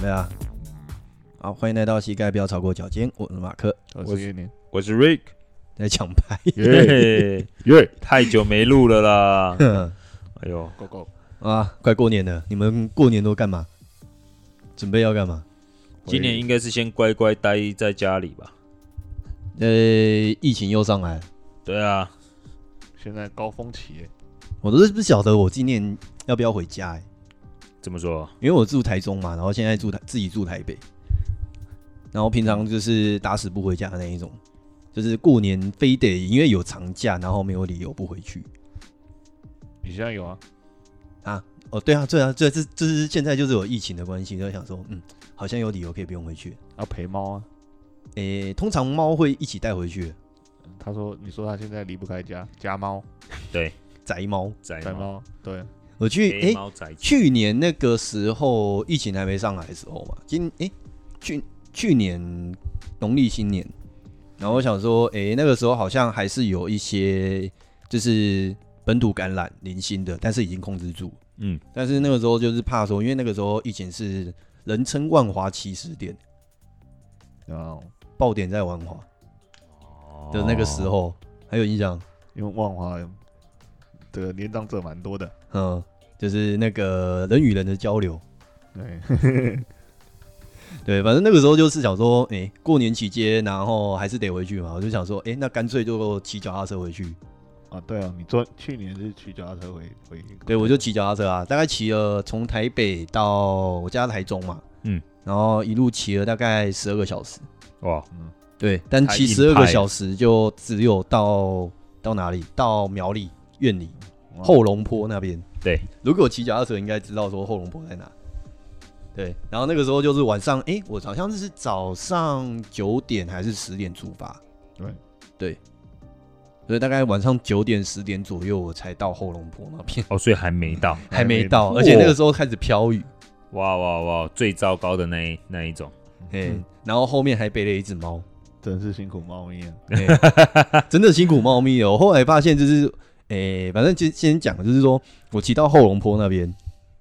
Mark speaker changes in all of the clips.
Speaker 1: 对啊，好，欢迎来到膝盖不要超过脚尖，我是马克，
Speaker 2: 我是月年，
Speaker 3: 我是 Rick，
Speaker 1: 在抢拍，！
Speaker 3: 耶
Speaker 2: 耶，
Speaker 3: 太久没录了啦
Speaker 1: 哼
Speaker 3: 哎呦，
Speaker 2: 狗狗，
Speaker 1: 啊，快过年了，你们过年都干嘛？准备要干嘛？
Speaker 3: 今年应该是先乖乖待在家里吧？
Speaker 1: 呃，疫情又上来了，
Speaker 3: 对啊，
Speaker 2: 现在高峰期耶，
Speaker 1: 我都是不晓得我今年要不要回家、欸，
Speaker 3: 怎么说？
Speaker 1: 因为我住台中嘛，然后现在住台自己住台北，然后平常就是打死不回家的那一种，就是过年非得因为有长假，然后没有理由不回去。
Speaker 2: 你现在有啊？
Speaker 1: 哦，对啊，对啊，对啊，这这是现在就是有疫情的关系，就想说，嗯，好像有理由可以不用回去。
Speaker 2: 要陪猫啊？
Speaker 1: 诶，通常猫会一起带回去，
Speaker 2: 他说，你说他现在离不开家，家猫，
Speaker 1: 宅猫。
Speaker 3: 宅
Speaker 2: 宅
Speaker 3: 猫，
Speaker 2: 猫，对，
Speaker 1: 我去，
Speaker 3: 黑
Speaker 1: 诶，
Speaker 3: 猫宅犬，
Speaker 1: 去年那个时候疫情还没上来的时候嘛，今诶，去去年农历新年，然后我想说，诶，那个时候好像还是有一些就是本土感染零星的，但是已经控制住。
Speaker 3: 嗯，
Speaker 1: 但是那个时候就是怕说，因为那个时候疫情是人称万华起始点，
Speaker 2: 然后
Speaker 1: 爆点在万华。的那个时
Speaker 3: 哦，
Speaker 1: 候，还有印象，
Speaker 2: 因为万华的年长者蛮多的，
Speaker 1: 嗯，就是那个人与人的交流，
Speaker 2: 对，
Speaker 1: 对，反正那个时候就是想说，诶，过年期间，然后还是得回去嘛，我就想说，诶，那干脆就骑脚踏车回去，
Speaker 2: 啊，对啊，你昨去年是骑脚踏车回回，
Speaker 1: 对我就骑脚踏车啊，大概骑了从台北到我家台中嘛，
Speaker 3: 嗯，
Speaker 1: 然后一路骑了大概十二个小时，
Speaker 3: 哇，
Speaker 1: 对，但
Speaker 3: 太
Speaker 1: 骑
Speaker 3: 硬
Speaker 1: 十二
Speaker 3: 派
Speaker 1: 个
Speaker 3: 了
Speaker 1: 小时就只有到到哪里？到苗栗、苑里、
Speaker 2: 哇
Speaker 1: 后龙坡那边。
Speaker 3: 对，
Speaker 1: 如果骑脚踏车应该知道说后龙坡在哪。对，然后那个时候就是晚上，诶，我好像是早上九点还是十点出发，
Speaker 2: 对
Speaker 1: 对，所以大概晚上九点十点左右我才到后龙坡那边，
Speaker 3: 哦，所以还没到，
Speaker 1: 还没到，
Speaker 3: 哇
Speaker 1: 而且那个时候开始飘雨，
Speaker 3: 哇哇哇，最糟糕的那一那一种，
Speaker 1: 诶，
Speaker 2: 嗯
Speaker 1: 然后后面还背了一只猫，
Speaker 2: 真是辛苦猫咪啊，
Speaker 1: 欸 真的辛苦猫咪了。我后来发现就是，诶、反正就先讲，就是说我骑到后龙坡那边，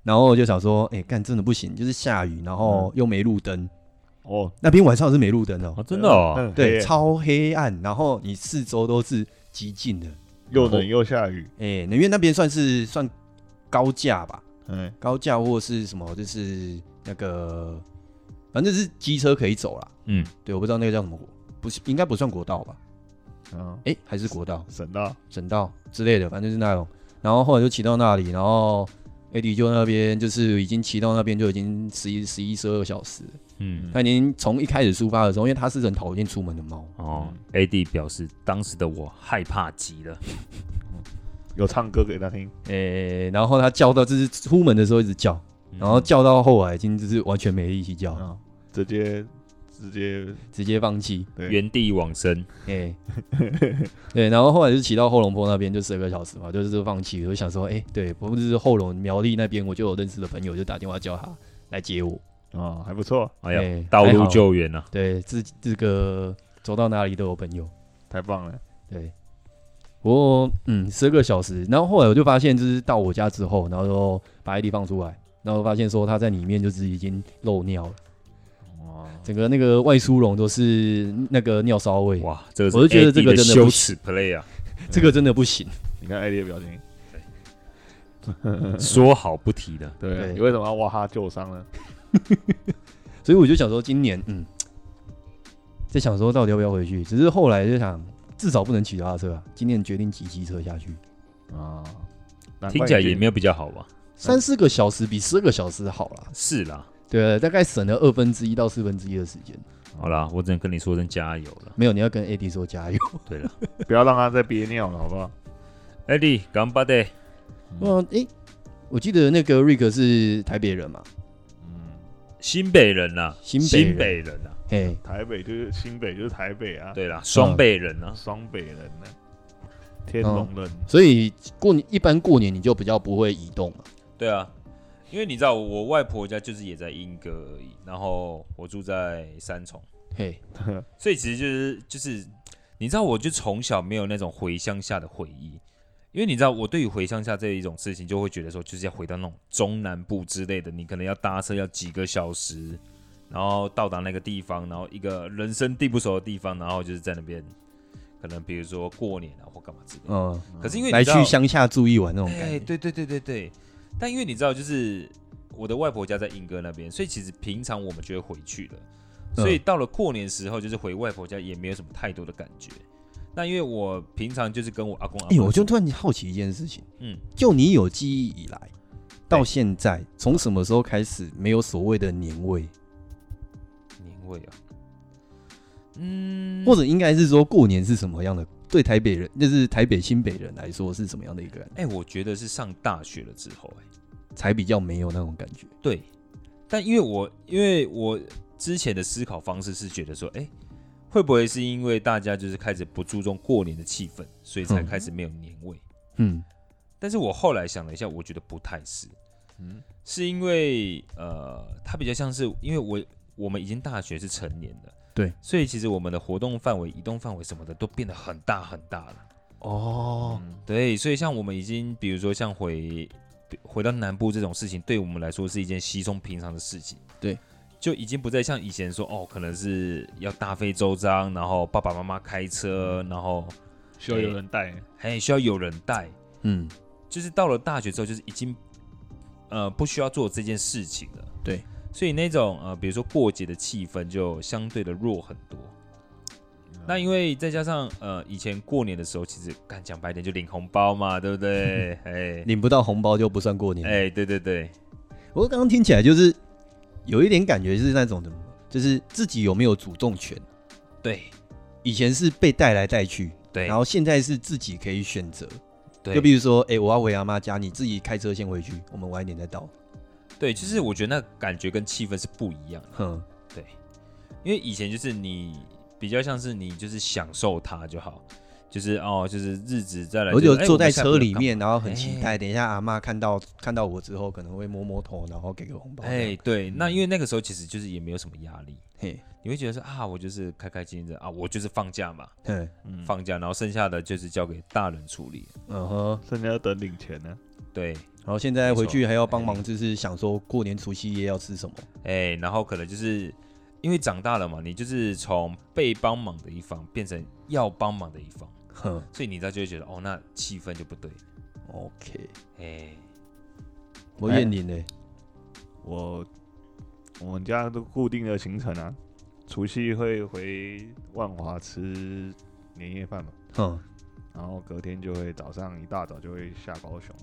Speaker 1: 然后我就想说，诶、干真的不行，就是下雨，然后又没路灯，
Speaker 2: 哦，啊
Speaker 1: 那边晚上是没路灯的嗯哦、
Speaker 3: 哦，真的哦，
Speaker 2: 很黑
Speaker 1: 对，
Speaker 2: 耶
Speaker 1: 超黑暗，然后你四周都是极近的，
Speaker 2: 又冷又下雨，
Speaker 1: 诶、因为那边算是算高架吧，
Speaker 2: 嗯，
Speaker 1: 高架或是什么，就是那个，反正是机车可以走啦。
Speaker 3: 嗯，
Speaker 1: 对，我不知道那个叫什么国，不是应该不算国道吧？
Speaker 2: 嗯，
Speaker 1: 诶、还是国道？
Speaker 2: 省到，
Speaker 1: 省道之类的，反正就是那种。然后后来就骑到那里，然后 AD 就那边就是已经骑到那边就已经十一十一十二小时了，
Speaker 3: 嗯，
Speaker 1: 他已经从一开始出发的时候，因为他是很讨厌出门的猫，
Speaker 3: 哦，AD 表示当时的我害怕极了，
Speaker 2: 有唱歌给他听，
Speaker 1: 诶、然后他叫到就是出门的时候一直叫，
Speaker 3: 嗯
Speaker 1: 然后叫到后来已经就是完全没力气叫，
Speaker 2: 啊，直接直接
Speaker 1: 直接放弃，
Speaker 2: 对
Speaker 3: 原地往生，
Speaker 1: 诶、 对，然后后来就骑到后龙坡那边就十二个小时嘛，就是放弃，我就想说，诶、对，不过就是后龙苗栗那边我就有认识的朋友，就打电话叫他来接我，
Speaker 2: 啊，还不错，
Speaker 3: 哎呀
Speaker 1: 哎，
Speaker 3: 道
Speaker 1: 还好
Speaker 3: 路救援啊，
Speaker 1: 对，这这个走到哪里都有朋友。
Speaker 2: 太棒了，
Speaker 1: 对，不过嗯，十个小时，然后后来我就发现，就是到我家之后，然后就把艾迪放出来，然后发现说他在里面就是已经漏尿了，
Speaker 2: 哇，
Speaker 1: 整个那个外出笼都是那个尿骚味，
Speaker 3: 哇，这个是
Speaker 1: 我就觉得这个
Speaker 3: AD 的
Speaker 1: 真的不
Speaker 3: 羞耻 play 啊，
Speaker 1: 这个真的不行。
Speaker 2: 你看艾丽的表情，
Speaker 3: 说好不提的，
Speaker 2: 对啊，
Speaker 1: 对
Speaker 2: 你为什么要挖他旧伤呢？
Speaker 1: 所以我就想说，今年嗯，在想说到底要不要回去，只是后来就想，至少不能骑脚踏车啊，今年决定骑机车下去。
Speaker 2: 啊，难怪
Speaker 3: 听起来
Speaker 2: 你
Speaker 3: 也没有比较好吧？
Speaker 1: 三四个小时比十个小时好啦，
Speaker 3: 是啦，
Speaker 1: 对，大概省了二分之一到四分之一的时间。
Speaker 3: 好啦，我只能跟你说声加油了。
Speaker 1: 没有，你要跟 AD 说加 油。
Speaker 3: 对了
Speaker 2: 不要让他再憋尿了，好不好？
Speaker 3: ，Eddie，干巴的，
Speaker 1: 哇，哦诶、我记得那个 Rick 是台北人嘛，
Speaker 2: 嗯，
Speaker 3: 新北人啦，
Speaker 1: 新北人
Speaker 3: 新北人啦，
Speaker 1: 嘿，
Speaker 2: 台北就是新北，就是台北啊，，
Speaker 3: 对啦，
Speaker 1: 嗯
Speaker 3: 双北人啊啦，
Speaker 2: 双北人呢，天龙人，
Speaker 1: 所以过年一般过年你就比较不会移动嘛。
Speaker 3: 对啊，因为你知道我外婆家就是也在英歌而已，然后我住在三重，
Speaker 1: 嘿，
Speaker 3: 所以其实就是就是，你知道我就从小没有那种回乡下的回忆。因为你知道，我对于回乡下这一种事情，就会觉得说，就是要回到那种中南部之类的，你可能要搭车要几个小时，然后到达那个地方，然后一个人生地不熟的地方，然后就是在那边，可能比如说过年啊或干嘛之类的。
Speaker 1: 嗯，
Speaker 3: 可是因为
Speaker 1: 来
Speaker 3: 你知道
Speaker 1: 去乡下住一晚那种感觉，
Speaker 3: 哎，对对对对对。但因为你知道，就是我的外婆家在英哥那边，所以其实平常我们就会回去的。
Speaker 1: 嗯
Speaker 3: 所以到了过年时候，就是回外婆家也没有什么太多的感觉。那因为我平常就是跟我阿公阿
Speaker 1: 哎、
Speaker 3: 婆，
Speaker 1: 我就突然好奇一件事情，
Speaker 3: 嗯，
Speaker 1: 就你有记忆以来到现在，从什么时候开始没有所谓的年味，
Speaker 3: 年味啊，嗯，
Speaker 1: 或者应该是说过年是什么样的？对台北人，就是台北新北人来说是什么样的一个感觉，
Speaker 3: 哎、我觉得是上大学了之后、哎，
Speaker 1: 才比较没有那种感觉？
Speaker 3: 对。但因为我因为我之前的思考方式是觉得说，哎、会不会是因为大家就是开始不注重过年的气氛，所以才
Speaker 1: 嗯
Speaker 3: 开始没有年味？
Speaker 1: 嗯，
Speaker 3: 但是我后来想了一下，我觉得不太是，
Speaker 2: 嗯
Speaker 3: 是因为呃，它比较像是因为我我们已经大学是成年了，
Speaker 1: 对，
Speaker 3: 所以其实我们的活动范围、移动范围什么的都变得很大很大了。
Speaker 1: 哦，
Speaker 2: 嗯
Speaker 3: 对，所以像我们已经，比如说像回回到南部这种事情，对我们来说是一件稀松平常的事情。
Speaker 1: 对，
Speaker 3: 就已经不再像以前说哦，可能是要大费周章，然后爸爸妈妈开车，
Speaker 1: 嗯
Speaker 3: 然后
Speaker 2: 需要有人带，
Speaker 3: 还需要有人带。
Speaker 1: 嗯，
Speaker 3: 就是到了大学之后，就是已经呃不需要做这件事情了。
Speaker 1: 对，
Speaker 3: 所以那种呃，比如说过节的气氛就相对的弱很多。那因为再加上呃，以前过年的时候，其实干讲白点就领红包嘛，对不 对？哎
Speaker 1: 领不到红包就不算过年。
Speaker 3: 哎，对对对，
Speaker 1: 我刚刚听起来就是有一点感觉是那种的，就是自己有没有主动权。
Speaker 3: 对
Speaker 1: 以前是被带来带去，
Speaker 3: 对，
Speaker 1: 然后现在是自己可以选择。
Speaker 3: 对
Speaker 1: 就比如说，哎、我要回阿妈家，你自己开车先回去，我们晚一点再到。
Speaker 3: 对，就是我觉得那感觉跟气氛是不一样的，
Speaker 1: 哼，
Speaker 3: 因为以前就是你比较像是你就是享受它就好，就是哦，就是日子再来，
Speaker 1: 我就是
Speaker 3: 哎
Speaker 1: 坐在
Speaker 3: 们下一步
Speaker 1: 车
Speaker 3: 要
Speaker 1: 里
Speaker 3: 干嘛
Speaker 1: 面，然后很期
Speaker 3: 哎
Speaker 1: 待，等一下阿妈看到看到我之后，可能会摸摸头，然后给个红包。
Speaker 3: 哎、
Speaker 1: 哎，
Speaker 3: 对，那因为那个时候其实就是也没有什么压力，
Speaker 1: 嘿，
Speaker 3: 你会觉得说啊，我就是开开心心的啊，我就是放假嘛，
Speaker 1: 嗯
Speaker 2: 嗯
Speaker 3: 放假，然后剩下的就是交给大人处理。
Speaker 1: 嗯哼，
Speaker 2: 剩下要等领钱呢。
Speaker 3: 对，
Speaker 1: 然后现在回
Speaker 3: 没
Speaker 1: 去还要帮
Speaker 3: 哎
Speaker 1: 忙，就是想说过年除夕夜要吃什么。
Speaker 3: 哎、然后可能就是因为长大了嘛，你就是从被帮忙的一方变成要帮忙的一方，
Speaker 1: 哼
Speaker 3: 所以你在就会觉得哦，那气氛就不对。
Speaker 1: ，OK，
Speaker 3: 哎、
Speaker 1: 我
Speaker 2: 哎
Speaker 1: 验你呢？
Speaker 2: 我我们家都固定的行程啊，除夕会回万华吃年夜饭嘛，
Speaker 1: 哼，
Speaker 2: 然后隔天就会早上一大早就会下高雄。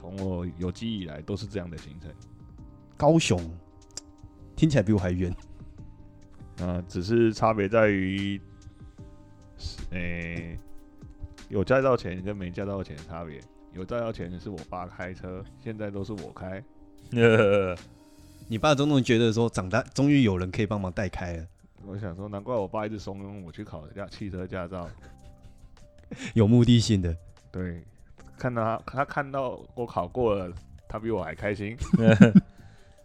Speaker 2: 从我有记忆以来都是这样的行程，
Speaker 1: 高雄听起来比我还远。
Speaker 2: 呃，只是差别在于，诶、有驾照钱跟没驾照钱的差别。有驾照前是我爸开车，现在都是我开。
Speaker 1: 你爸总总觉得说，长大终于有人可以帮忙带开了，
Speaker 2: 我想说，难怪我爸一直怂恿我去考驾汽车驾照。
Speaker 1: 有目的性的。
Speaker 2: 对，看到他，他看到我考过了，他比我还开心。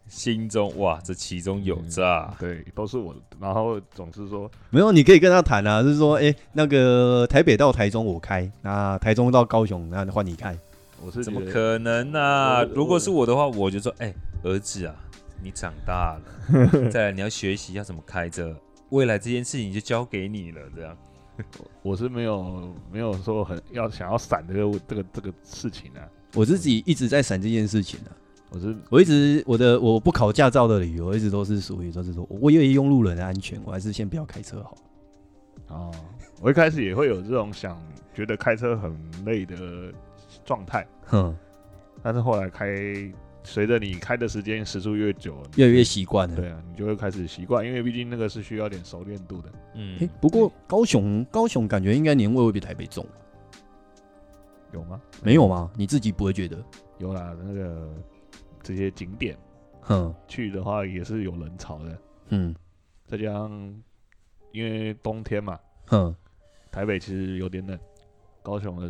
Speaker 3: 心中哇，这其中有诈。
Speaker 2: 对，都是我，然后总是说，
Speaker 1: 没有，你可以跟他谈啊，就是说，哎、那个台北到台中我开，那台中到高雄，那换你开。
Speaker 2: 我是
Speaker 3: 怎
Speaker 2: 觉
Speaker 3: 么
Speaker 2: 得
Speaker 3: 可能呢、啊？
Speaker 2: 我我
Speaker 3: 如果是我的话，我就说，哎、儿子啊，你长大了， 再来你要学习要怎么开车，未来这件事情就交给你了，这样。
Speaker 2: 我是没有没有说很要想要闪这个这个这个事情啊。
Speaker 1: 我自己一直在闪这件事情啊，
Speaker 2: 我是
Speaker 1: 我一直我的我不考驾照的理由一直都是属于就是说，我以为用路人的安全，我还是先不要开车好。
Speaker 2: 哦，我一开始也会有这种想觉得开车很累的状态，
Speaker 1: 哼，
Speaker 2: 但是后来开，随着你开的时间时数越久，你
Speaker 1: 越来越习惯了。
Speaker 2: 对啊，你就会开始习惯，因为毕竟那个是需要点熟练度的。
Speaker 3: 嗯，
Speaker 1: 诶不过高雄高雄感觉应该年味会比台北重，
Speaker 2: 有吗？
Speaker 1: 没有吗？你自己不会觉得？
Speaker 2: 有啦，那个这些景点
Speaker 1: 哼，
Speaker 2: 去的话也是有人潮的，
Speaker 1: 嗯
Speaker 2: 再加上因为冬天嘛，
Speaker 1: 哼，
Speaker 2: 台北其实有点冷，高雄的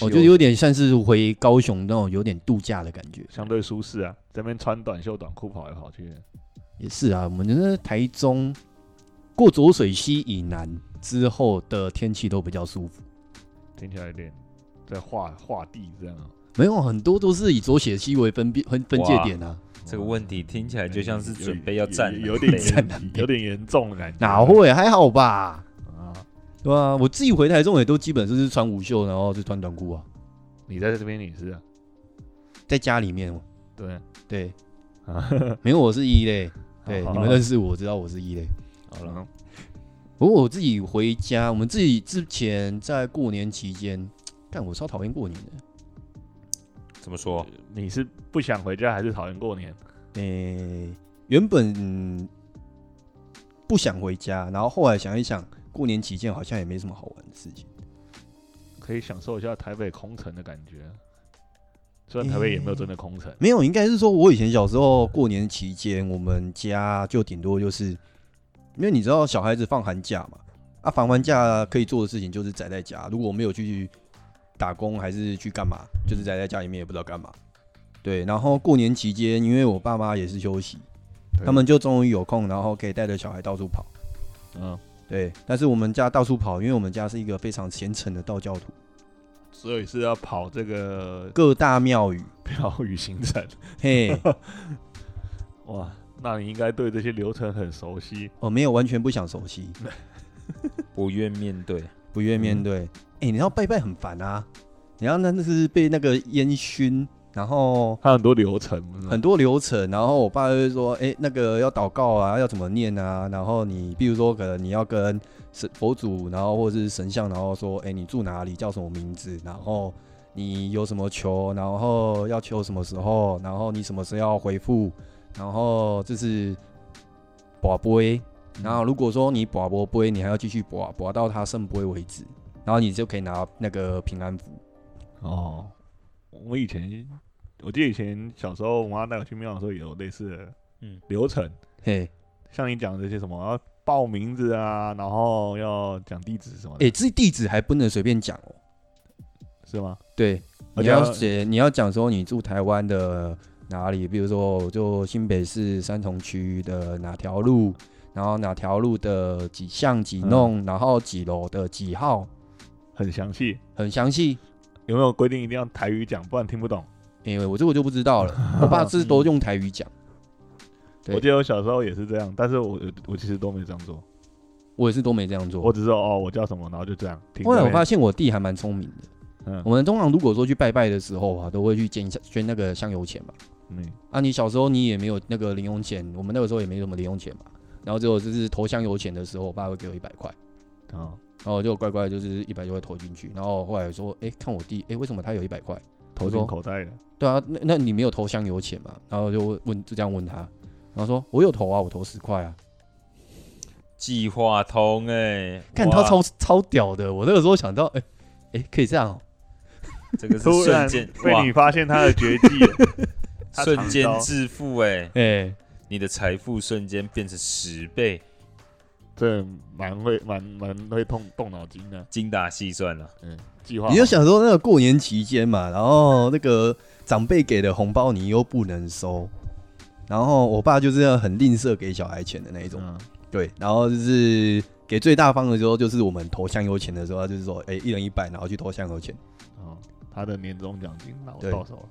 Speaker 1: 我觉得有点像哦是回高雄那种有点度假的感觉。
Speaker 2: 相对舒适啊，这边穿短袖短裤跑来跑去的，
Speaker 1: 也是啊，我们那台中过浊水溪以南之后的天气都比较舒服，
Speaker 2: 听起来有点在画画地这样、啊。
Speaker 1: 没有很多都是以浊水溪为分辨分分界点啊。
Speaker 3: 这个问题听起来就像是
Speaker 2: 有
Speaker 3: 准备要
Speaker 2: 有
Speaker 3: 站
Speaker 2: 哦有有
Speaker 3: 南
Speaker 2: 点
Speaker 3: 北
Speaker 2: 严有点严重的感觉，
Speaker 1: 哪会还好吧？
Speaker 2: 啊？
Speaker 1: 嗯对啊，我自己回台中也都基本就是穿无袖，然后就穿短裤啊，
Speaker 2: 你在这边你是啊
Speaker 1: 在家里面，哦
Speaker 2: 对啊
Speaker 1: 对，
Speaker 2: 啊，
Speaker 1: 没有我是一类，对，
Speaker 2: 好
Speaker 1: 你们认识我，知道我是一类。
Speaker 3: 好
Speaker 2: 嗯
Speaker 3: 了，
Speaker 1: 不过我自己回家，我们自己之前在过年期间，干我超讨厌过年的。
Speaker 3: 怎么说？
Speaker 2: 你是不想回家还是讨厌过年？
Speaker 1: 诶、呃原本、嗯不想回家，然后后来想一想，过年期间好像也没什么好玩的事情。
Speaker 2: 可以享受一下台北空城的感觉，啊虽然台北也没有真的空城，
Speaker 1: 没有，应该是说我以前小时候过年期间，我们家就顶多就是，因为你知道小孩子放寒假嘛，啊，放完假可以做的事情就是宅在家。如果我没有去打工还是去干嘛，就是宅在家里面也不知道干嘛。对，然后过年期间，因为我爸妈也是休息，
Speaker 3: 嗯
Speaker 2: 对
Speaker 1: 他们就终于有空，然后可以带着小孩到处跑。
Speaker 2: 嗯，
Speaker 1: 对，但是我们家到处跑，因为我们家是一个非常虔诚的道教徒，
Speaker 2: 所以是要跑这个
Speaker 1: 各大庙宇，
Speaker 2: 庙宇行程。
Speaker 1: 嘿，
Speaker 2: 哇，那你应该对这些流程很熟悉。
Speaker 1: 我哦没有完全不想熟悉，
Speaker 3: 不愿面对，
Speaker 1: 不愿面对。哎、你要拜拜很烦啊，你要那那是被那个烟熏，然后
Speaker 2: 它很多流程，
Speaker 1: 很多流程，然后我爸就会说，哎、那个要祷告啊，要怎么念啊，然后你比如说可能你要跟神佛祖，然后或者是神像，然后说，哎、你住哪里，叫什么名字，然后你有什么求，然后要求什么时候，然后你什么时候要回复，然后就是卜杯，然后如果说你卜卜杯，你还要继续卜卜到他圣杯为止，然后你就可以拿那个平安符。
Speaker 2: 哦。我以前，我记得以前小时候，我妈带我去庙的时候，也有类似的
Speaker 3: 嗯
Speaker 2: 流程，
Speaker 1: 嘿，
Speaker 2: 像你讲的这些什么要报名字啊，然后要讲地址什么
Speaker 1: 哎、
Speaker 2: 的，
Speaker 1: 这地址还不能随便讲哦。
Speaker 2: 是吗？
Speaker 1: 对，
Speaker 2: 而
Speaker 1: 你
Speaker 2: 且
Speaker 1: 要
Speaker 2: 要
Speaker 1: 写，你要讲说你住台湾的哪里，比如说我就新北市三重区的哪条路，然后哪条路的几巷几
Speaker 2: 嗯
Speaker 1: 弄，然后几楼的几号，
Speaker 2: 很详细。
Speaker 1: 很详细。
Speaker 2: 有没有规定一定要台语讲，不然听不懂？
Speaker 1: 因、为我这我就不知道了，我爸是都用台语讲，对
Speaker 2: 我记得我小时候也是这样，但是我我其实都没这样做，
Speaker 1: 我也是都没这样做
Speaker 2: 我。只知道哦，我叫什么，然后就这样。停
Speaker 1: 嗯后来
Speaker 2: 在
Speaker 1: 我
Speaker 2: 那
Speaker 1: 发现我弟还蛮聪明的。
Speaker 2: 嗯
Speaker 1: 我们通常如果说去拜拜的时候啊，都会去捐一下捐那个香油钱嘛。
Speaker 2: 嗯，
Speaker 1: 啊，你小时候你也没有那个零用钱，我们那个时候也没什么零用钱嘛。然后只有就是投香油钱的时候，我爸会给我一百块，
Speaker 2: 好，
Speaker 1: 然后我就乖乖就是一百就会投进去。然后后来说，哎、看我弟，哎、为什么他有一百块？
Speaker 2: 投
Speaker 1: 我
Speaker 2: 进
Speaker 1: 说
Speaker 2: 口袋了。
Speaker 1: 对啊，那那你没有投香油钱嘛？然后就问问就这样问他，然后说我有投啊，我投十块啊。
Speaker 3: 计划通哎，
Speaker 1: 看
Speaker 3: 哇
Speaker 1: 他超超屌的，我那个时候想到，哎、哎、可以这样、哦，
Speaker 3: 这个是
Speaker 2: 突然
Speaker 3: 瞬间
Speaker 2: 被
Speaker 3: 哇
Speaker 2: 你，发现他的绝技了， 他
Speaker 3: 瞬
Speaker 2: 藏
Speaker 3: 间
Speaker 2: 刀
Speaker 3: 致富哎，
Speaker 1: 哎、
Speaker 3: 你的财富瞬间变成十倍，
Speaker 2: 这蛮会蛮蛮会动动脑筋的。
Speaker 3: 精打细算了。
Speaker 2: 嗯，计划
Speaker 1: 你就
Speaker 2: 好
Speaker 1: 想说那个过年期间嘛，然后那个长辈给的红包你又不能收，然后我爸就是要很吝啬给小孩钱的那一种，
Speaker 2: 嗯
Speaker 1: 对，然后就是给最大方的时候，就是我们投香油钱的时候，他就是说，哎、一人一百，然后去投香油钱，
Speaker 2: 哦，他的年终奖金拿我
Speaker 1: 对
Speaker 2: 到手了，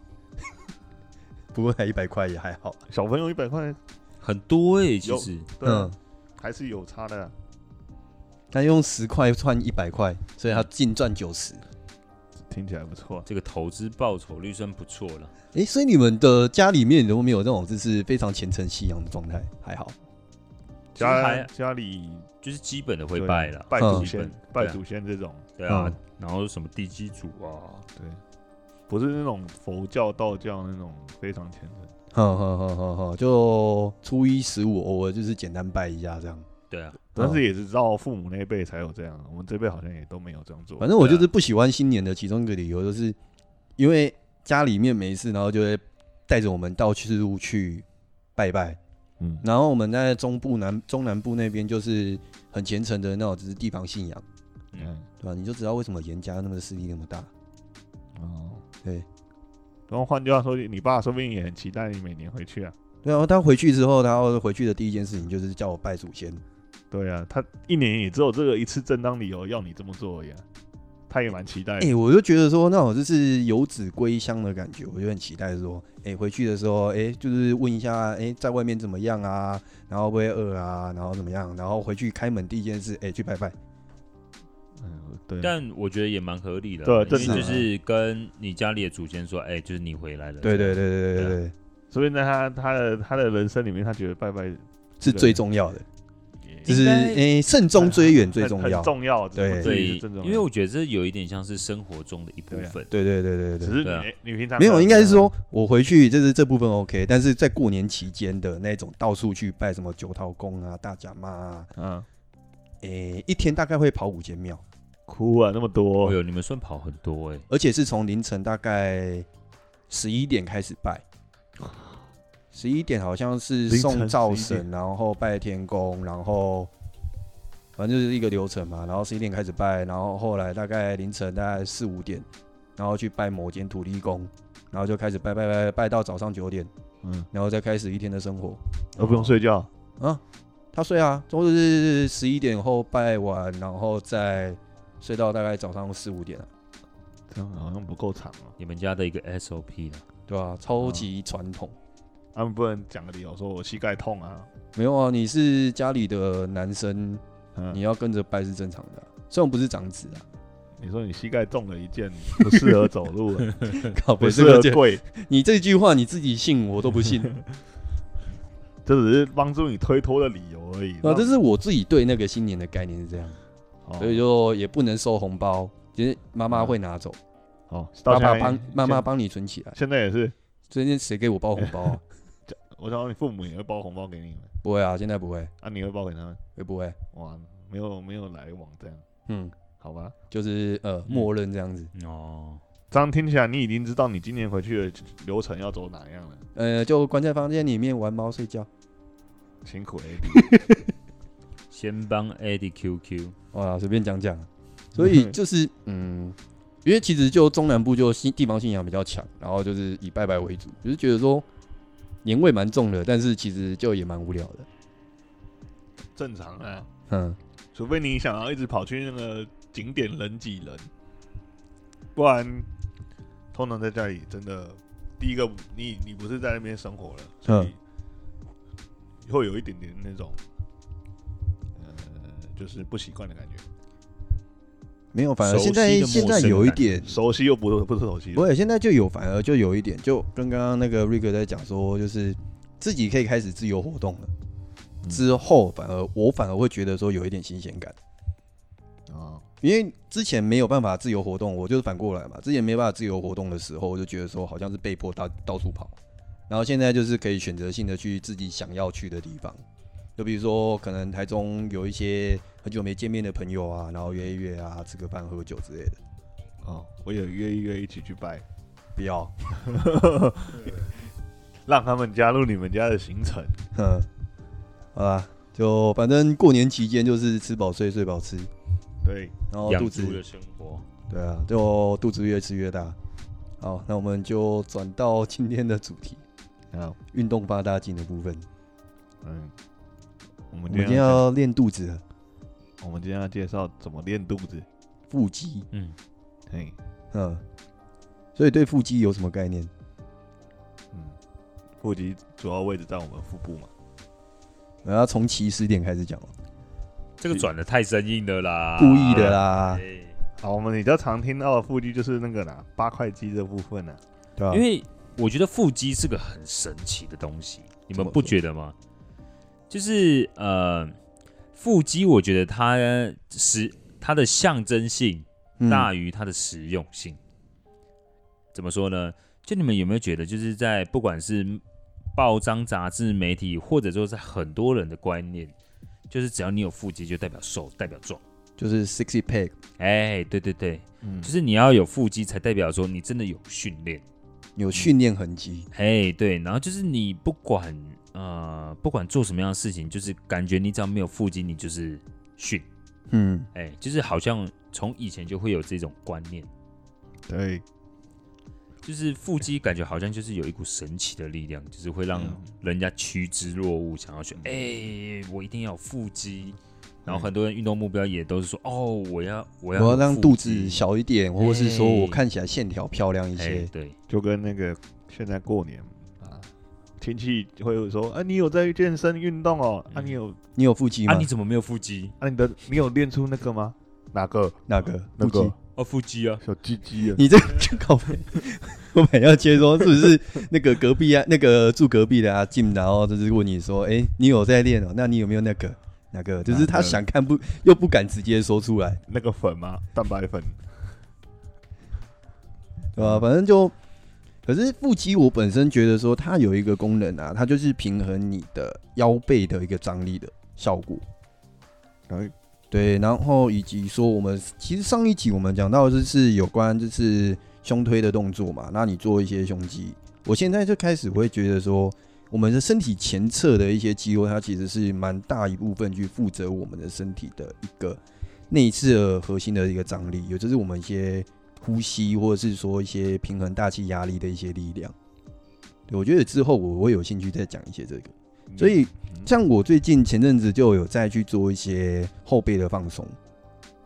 Speaker 1: 不过才一百块也还好，
Speaker 2: 小朋友一百块，
Speaker 3: 很多哎、其
Speaker 2: 有
Speaker 3: 实
Speaker 2: 对啊，
Speaker 1: 嗯，
Speaker 2: 还是有差的啊。
Speaker 1: 但用十块换一百块，所以他净赚九十，
Speaker 2: 听起来不错，
Speaker 3: 这个投资报酬率算不错了。
Speaker 1: 哎，所以你们的家里面都没有那种就是非常虔诚信仰的状态，还好，
Speaker 3: 其实还
Speaker 2: 家家里
Speaker 3: 就是基本的会
Speaker 2: 对
Speaker 3: 拜了，
Speaker 2: 拜
Speaker 1: 嗯
Speaker 2: 祖
Speaker 3: 基
Speaker 2: 先
Speaker 3: 本，
Speaker 2: 拜
Speaker 3: 对啊
Speaker 2: 祖先这种，
Speaker 3: 对啊，
Speaker 1: 嗯
Speaker 3: 然后什么地基主啊，
Speaker 2: 对，不是那种佛教、道教那种非常虔诚。
Speaker 1: 哼哼哼哼哼，就初一十五偶尔就是简单拜一下这样。
Speaker 3: 对啊，
Speaker 2: 但是也是到父母那辈才有这样，我们这辈好像也都没有这样做。
Speaker 1: 反正我
Speaker 3: 对啊
Speaker 1: 就是不喜欢新年的其中一个理由，就是因为家里面没事，然后就会带着我们到去处去拜拜。
Speaker 2: 嗯，
Speaker 1: 然后我们在中部南中南部那边就是很虔诚的那种，就是地方信仰，
Speaker 2: 嗯
Speaker 3: 嗯，
Speaker 1: 对吧、你就知道为什么严家那么势力那么大。
Speaker 2: 哦，
Speaker 1: 对，
Speaker 2: 然后换句话说，你爸说不定也很期待你每年回去啊。
Speaker 1: 对啊，他回去之后，他回去的第一件事情就是叫我拜祖先。
Speaker 2: 对啊，他一年也只有这个一次正当理由要你这么做而已、啊。他也蛮期待
Speaker 1: 哎、
Speaker 2: 的。
Speaker 1: 我就觉得说那种就是游子归乡的感觉，我就很期待说，哎、回去的时候，哎、就是问一下，哎、在外面怎么样啊？然后会不会饿啊？然后怎么样？然后回去开门第一件事，哎、去拜拜。
Speaker 2: 嗯，对，
Speaker 3: 但我觉得也蛮合理的
Speaker 2: 对
Speaker 3: 啦，
Speaker 2: 正
Speaker 3: 因
Speaker 1: 常
Speaker 3: 为
Speaker 1: 啊
Speaker 3: 就是跟你家里的祖先说，哎、就是你回来了，
Speaker 1: 对对
Speaker 3: 这
Speaker 1: 对
Speaker 3: 样，
Speaker 1: 对对对啊
Speaker 3: 对
Speaker 1: 对，
Speaker 2: 所以呢，他他的他的人生里面，他觉得拜拜
Speaker 1: 是最重要的，
Speaker 3: 应
Speaker 1: 就是
Speaker 3: 该
Speaker 1: 哎、慎终追远最重
Speaker 2: 很
Speaker 1: 要
Speaker 2: 很。重要，
Speaker 1: 对
Speaker 2: 这
Speaker 3: 对
Speaker 2: 是最重要，
Speaker 3: 因为我觉得这有一点像是生活中的一部分，
Speaker 1: 对对对对对
Speaker 2: 只是
Speaker 3: 对啊
Speaker 2: 你你平常
Speaker 1: 没有，应该是说我回去就是这部分 OK，但是在过年期间的那种到处去拜什么九桃宫啊、大甲妈啊，
Speaker 2: 嗯，
Speaker 1: 诶、一天大概会跑五间庙，
Speaker 2: 哭啊那么多
Speaker 3: 哦，哟，你们算跑很多哎、
Speaker 1: 而且是从凌晨大概十一点开始拜，十一点好像是
Speaker 2: 凌晨
Speaker 1: 送灶
Speaker 2: 11
Speaker 1: 神，然后拜天公，然后反正就是一个流程嘛，然后十一点开始拜，然后后来大概凌晨大概四五点，然后去拜某间土地公，然后就开始拜拜拜拜到早上九点。
Speaker 2: 嗯，
Speaker 1: 然后再开始一天的生活。
Speaker 2: 都哦不用睡觉，
Speaker 1: 啊，他睡啊，都是十一点后拜完，然后再睡到大概早上四五点啊，
Speaker 2: 这样好像不够长哦。
Speaker 3: 你们家的一个 SOP 呢？
Speaker 1: 对吧、超级传统。
Speaker 2: 他啊们不能讲个理由，说我膝盖痛啊，
Speaker 1: 没有啊，你是家里的男生，
Speaker 2: 嗯，
Speaker 1: 你
Speaker 2: 你
Speaker 1: 要跟着拜是正常的啊、虽然不是长子啊，
Speaker 2: 你说你膝盖中了一箭，不适合走 路了，
Speaker 1: 靠
Speaker 2: 不啊
Speaker 1: 北
Speaker 2: 适
Speaker 1: 这 个
Speaker 2: 合
Speaker 1: 就
Speaker 2: 跪，
Speaker 1: 你这句话你自己信，我都不信
Speaker 2: 这只是帮助你推脱的理由而已。
Speaker 1: 啊。这是我自己对那个新年的概念是这样，
Speaker 2: 哦
Speaker 1: 所以就也不能收红包，其实妈妈会拿走，
Speaker 2: 哦，到
Speaker 1: 爸爸
Speaker 2: 现在
Speaker 1: 帮妈妈
Speaker 2: 现
Speaker 1: 帮你存起来。
Speaker 2: 现在也是，
Speaker 1: 最近谁给我包红包 啊？
Speaker 2: 我想你父母也会包红包给你们，
Speaker 1: 不会啊，现在不会，
Speaker 2: 啊，你会包给他们？
Speaker 1: 会不会？
Speaker 2: 哇，没有没有来往这样，
Speaker 1: 嗯，
Speaker 2: 好吧？
Speaker 1: 就是
Speaker 2: 嗯
Speaker 1: 呃，默认这样子。
Speaker 3: 哦，
Speaker 2: 这样听起来你已经知道你今年回去的流程要走哪样了，
Speaker 1: 呃，就关在房间里面玩猫睡觉。
Speaker 2: 辛苦 AD。
Speaker 3: 先帮 Eddie QQ，
Speaker 1: 哇，随便讲讲。啊 所以就是嗯，因为其实就中南部就信地方信仰比较强，然后就是以拜拜为主，就是觉得说年味蛮重的，但是其实就也蛮无聊的。
Speaker 2: 正常啊，
Speaker 1: 嗯，
Speaker 2: 除非你想要一直跑去那个景点人挤人，不然通常在家里真的，第一个你你不是在那边生活了，所以会有一点点那种，呃，就是不习惯的感觉，
Speaker 1: 没有，反而
Speaker 3: 熟悉
Speaker 1: 现在
Speaker 3: 的陌
Speaker 1: 现在
Speaker 3: 生
Speaker 1: 有一
Speaker 3: 感
Speaker 1: 点，
Speaker 2: 熟悉又不不是熟悉
Speaker 1: 不
Speaker 2: 了，
Speaker 1: 会，现在就有，反而就有一点，就跟刚刚那个瑞哥在讲说，就是自己可以开始自由活动了。
Speaker 2: 嗯
Speaker 1: 之后反而我反而会觉得说有一点新鲜感。
Speaker 2: 啊，
Speaker 1: 因为之前没有办法自由活动，我就是反过来嘛。之前没办法自由活动的时候，我就觉得说好像是被迫到到处跑，然后现在就是可以选择性的去自己想要去的地方，就比如说可能台中有一些很久没见面的朋友啊，然后约一约啊，吃个饭喝酒之类的。
Speaker 2: 哦，我有约一约一起去拜，
Speaker 1: 不要，
Speaker 2: 让他们加入你们家的行程。
Speaker 1: 哼，好吧，就反正过年期间就是吃饱睡，睡饱吃，
Speaker 2: 对，
Speaker 1: 然后
Speaker 3: 养
Speaker 1: 哦肚
Speaker 3: 猪
Speaker 1: 子
Speaker 3: 的生活，
Speaker 1: 对啊，就肚子越吃越大。好，那我们就转到今天的主题，
Speaker 2: 好，
Speaker 1: 运动八大禁的部分。
Speaker 2: 嗯，我们
Speaker 1: 我们今
Speaker 2: 今天
Speaker 1: 天
Speaker 2: 要
Speaker 1: 要练肚子了，
Speaker 2: 我们今天要介绍怎么练肚子。
Speaker 1: 腹肌，
Speaker 3: 嗯，
Speaker 2: 嘿，
Speaker 1: 嗯，所以对腹肌有什么概念？
Speaker 2: 嗯，腹肌主要位置在我们腹部嘛。
Speaker 1: 我呃要从起始点开始讲哦，
Speaker 3: 这个转的太生硬了啦，
Speaker 1: 故意的啦，
Speaker 3: 哎
Speaker 2: 好，我们比较常听到的腹肌就是那个啦，八块肌这部分啊呢、
Speaker 1: 对吧、
Speaker 3: 因为我觉得腹肌是个很神奇的东西，你
Speaker 1: 怎
Speaker 3: 们
Speaker 1: 么
Speaker 3: 不
Speaker 1: 说
Speaker 3: 觉得吗？就是呃，腹肌，我觉得它实它的象征性
Speaker 1: 嗯
Speaker 3: 大于它的实用性。怎么说呢？就你们有没有觉得，就是在不管是报章、杂志、媒体，或者说在很多人的观念，就是只要你有腹肌，就代表瘦，代表壮。
Speaker 1: 就是 sexy pack，
Speaker 3: 哎，对对对，
Speaker 2: 嗯
Speaker 3: 就是你要有腹肌，才代表说你真的有训练。嗯
Speaker 1: 有训练痕迹，
Speaker 3: 哎，对，然后就是你不管呃不管做什么样的事情，就是感觉你只要没有腹肌，你就是逊。
Speaker 1: 嗯，
Speaker 3: 哎，就是好像从以前就会有这种观念，
Speaker 2: 对，
Speaker 3: 就是腹肌感觉好像就是有一股神奇的力量，就是会让
Speaker 2: 嗯
Speaker 3: 人家趋之若鹜，想要去哎，我一定要有腹肌。然后很多人运动目标也都是说，哦，我要我要
Speaker 1: 嗯我要让
Speaker 3: 腹
Speaker 1: 肚
Speaker 3: 肌
Speaker 1: 子小一点，或者是说我
Speaker 3: 哎
Speaker 1: 看起来线条漂亮一
Speaker 3: 哎
Speaker 1: 些，，
Speaker 3: 对，
Speaker 2: 就跟那个现在过年啊，亲戚会有说啊，你有在健身运动哦？啊，
Speaker 3: 嗯
Speaker 2: 你有
Speaker 1: 你有腹肌
Speaker 3: 啊，
Speaker 1: 吗
Speaker 3: 你？怎么没有腹肌？
Speaker 2: 啊，你的你有练出那个吗？哪个？
Speaker 1: 哪个
Speaker 2: 那
Speaker 1: 腹肌
Speaker 2: 个？
Speaker 3: 哦，腹肌啊，
Speaker 2: 小鸡鸡啊？
Speaker 1: 你这个就搞不，我本来要接说是不是那个隔壁啊，那个住隔壁的阿进，然后就是问你说，哎、你有在练哦？那你有没有那个那个？就是他想看不又不敢直接说出来，
Speaker 2: 那个粉吗？蛋白粉？
Speaker 1: 对吧、反正就，可是腹肌我本身觉得说它有一个功能啊，它就是平衡你的腰背的一个张力的效果。
Speaker 2: 哎
Speaker 1: 对，然后以及说我们其实上一集我们讲到就是有关就是胸推的动作嘛，那你做一些胸肌，我现在就开始会觉得说，我们的身体前侧的一些肌肉，它其实是蛮大一部分去负责我们的身体的一个内侧核心的一个张力，也就是我们一些呼吸或者是说一些平衡大气压力的一些力量。对，我觉得之后我会有兴趣再讲一些这个。所以
Speaker 2: 嗯
Speaker 1: 像我最近前阵子就有再去做一些后背的放松，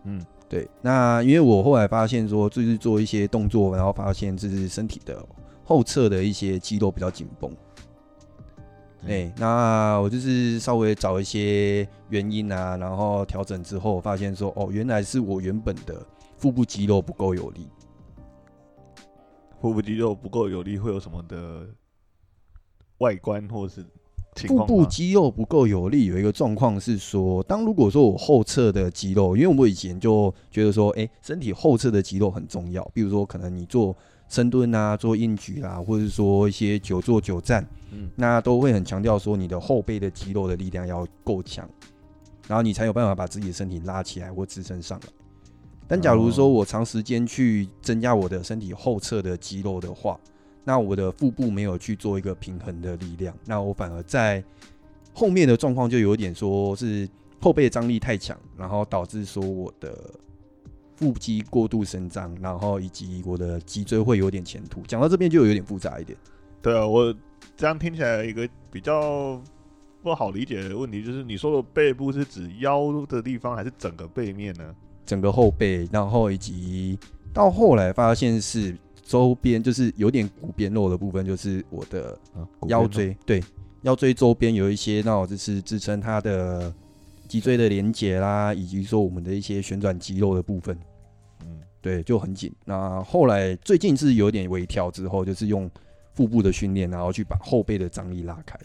Speaker 2: 嗯，
Speaker 1: 对。那因为我后来发现说，就是做一些动作，然后发现就是身体的后侧的一些肌肉比较紧绷。哎、那我就是稍微找一些原因啊，然后调整之后，发现说，哦，原来是我原本的腹部肌肉不够有力。
Speaker 2: 腹部肌肉不够有力，会有什么的外观或是情
Speaker 1: 腹
Speaker 2: 况
Speaker 1: 部
Speaker 2: 吗？
Speaker 1: 肌肉不够有力，有一个状况是说，当如果说我后侧的肌肉，因为我以前就觉得说，哎、身体后侧的肌肉很重要，比如说可能你做深蹲啊、做硬举啊，或者是说一些久坐久站，
Speaker 2: 嗯
Speaker 1: 那都会很强调说你的后背的肌肉的力量要够强，然后你才有办法把自己的身体拉起来或支撑上来。但假如说
Speaker 2: 哦
Speaker 1: 我长时间去增加我的身体后侧的肌肉的话，那我的腹部没有去做一个平衡的力量，那我反而在后面的状况就有点说是后背张力太强，然后导致说我的腹肌过度伸张，然后以及我的脊椎会有点前凸。讲到这边就有点复杂一点。
Speaker 2: 对啊，我这样听起来有一个比较不好理解的问题，就是你说的背部是指腰的地方，还是整个背面呢？
Speaker 1: 整个后背，然后以及到后来发现是周边，就是有点骨边肉的部分，就是我的啊腰椎，对，腰椎周边有一些那种就是支撑它的脊椎的连接啦，以及说我们的一些旋转肌肉的部分，
Speaker 2: 嗯，
Speaker 1: 对，就很紧。那后来最近是有点微调之后，就是用腹部的训练，然后去把后背的张力拉开。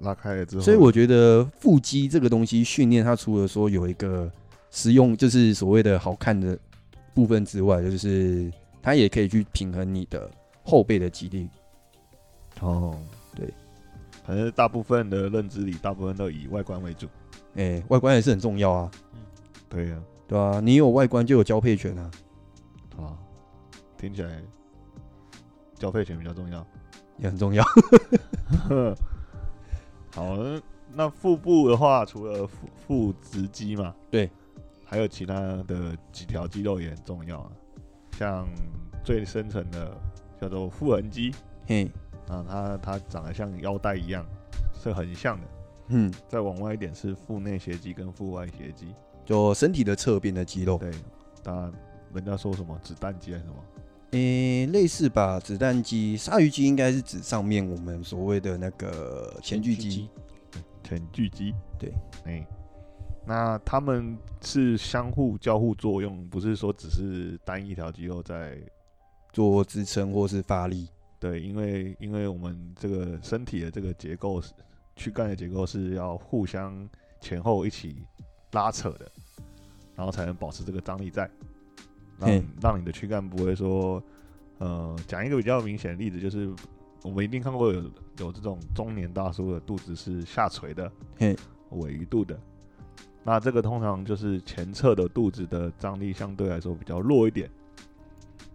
Speaker 2: 拉开了之后，
Speaker 1: 所以我觉得腹肌这个东西训练，它除了说有一个实用，就是所谓的好看的部分之外，就是它也可以去平衡你的后背的肌力。
Speaker 2: 哦，
Speaker 1: 对，
Speaker 2: 反正大部分的认知里，大部分都以外观为主。
Speaker 1: 哎、外观也是很重要啊，
Speaker 2: 对呀、
Speaker 1: 对吧、你有外观就有交配权啊，
Speaker 2: 啊，听起来交配权比较重要。
Speaker 1: 也很重 要。
Speaker 2: 好，那那腹部的话，除了腹腹直肌嘛，
Speaker 1: 对，
Speaker 2: 还有其他的几条肌肉也很重要啊，像最深层的叫做腹横肌
Speaker 1: 嘿，
Speaker 2: 啊，它它长得像腰带一样，是横向的。
Speaker 1: 嗯，
Speaker 2: 再往外一点是腹内斜肌跟腹外斜肌，
Speaker 1: 就身体的侧边的肌肉，
Speaker 2: 对，当然人家说什么子弹肌还是什么，
Speaker 1: 哎、类似吧，子弹肌、鲨鱼肌应该是指上面我们所谓的那个前锯肌。，
Speaker 2: 前锯肌，
Speaker 1: 对，
Speaker 2: 哎、那他们是相互交互作用，不是说只是单一条肌肉在
Speaker 1: 做支撑或是发力，
Speaker 2: 对，因为因为我们这个身体的这个结构是躯干的结构是要互相前后一起拉扯的，然后才能保持这个张力在，让
Speaker 1: 嘿
Speaker 2: 让你的躯干不会说，呃，讲一个比较明显的例子，就是我们一定看过有有这种中年大叔的肚子是下垂的，
Speaker 1: 嘿，
Speaker 2: 尾鱼肚的，那这个通常就是前侧的肚子的张力相对来说比较弱一点，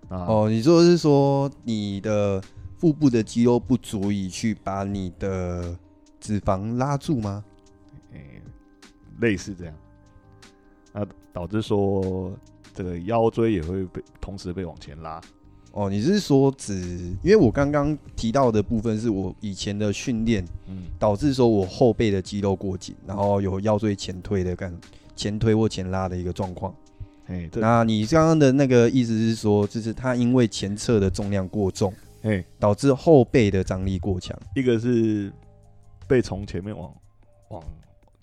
Speaker 2: 啊，
Speaker 1: 哦，你说是说你的腹部的肌肉不足以去把你的脂肪拉住吗？
Speaker 2: 诶、类似这样，那导致说这个腰椎也会被同时被往前拉，
Speaker 1: 哦，你是说只因为我刚刚提到的部分是我以前的训练
Speaker 3: 嗯，
Speaker 1: 导致说我后背的肌肉过紧，然后有腰椎前推的感前推或前拉的一个状况。
Speaker 2: 哎，这
Speaker 1: 那你刚刚的那个意思是说，就是它因为前侧的重量过重，
Speaker 2: 哎，
Speaker 1: 导致后背的张力过强，
Speaker 2: 一个是被从前面往往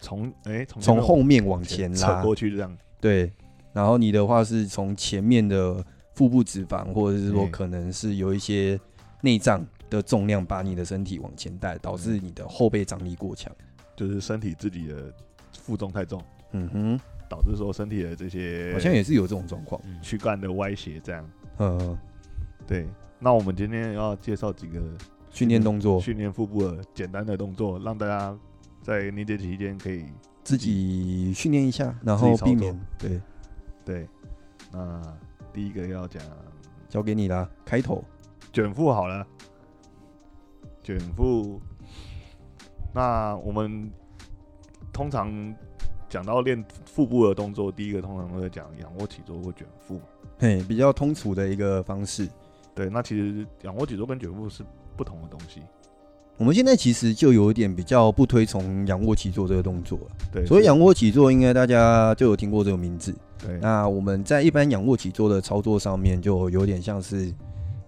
Speaker 2: 从哎从前
Speaker 1: 从
Speaker 2: 面
Speaker 1: 后
Speaker 2: 往
Speaker 1: 面往前
Speaker 2: 扯
Speaker 1: 拉。
Speaker 2: 过去这样，
Speaker 1: 对，然后你的话是从前面的腹部脂肪，或者是说
Speaker 2: 嗯
Speaker 1: 可能是有一些内脏的重量把你的身体往前带，导
Speaker 2: 嗯
Speaker 1: 致你的后背张力过强。
Speaker 2: 就是身体自己的负重太重，
Speaker 1: 嗯哼，
Speaker 2: 导致说身体的这些
Speaker 1: 好像也是有这种状况。
Speaker 2: 躯干的歪斜这样。
Speaker 1: 嗯，
Speaker 2: 对，那我们今天要介绍几个
Speaker 1: 训练动作
Speaker 2: 训练腹部的简单的动作，让大家在年节期间可以
Speaker 1: 自己训练一下，然后
Speaker 2: 自己操作
Speaker 1: 避免对，
Speaker 2: 对。那第一个要讲
Speaker 1: 交给你啦。开头
Speaker 2: 卷腹好了，卷腹。那我们通常讲到练腹部的动作，第一个通常都会讲仰卧起坐或卷腹嘛。
Speaker 1: 嘿，比较通俗的一个方式。
Speaker 2: 对，那其实仰卧起坐跟卷腹是不同的东西。
Speaker 1: 我们现在其实就有一点比较不推崇仰卧起坐这个动作了。
Speaker 2: 对，
Speaker 1: 所以仰卧起坐应该大家就有听过这个名字。
Speaker 2: 对
Speaker 1: 那我们在一般仰卧起坐的操作上面，就有点像是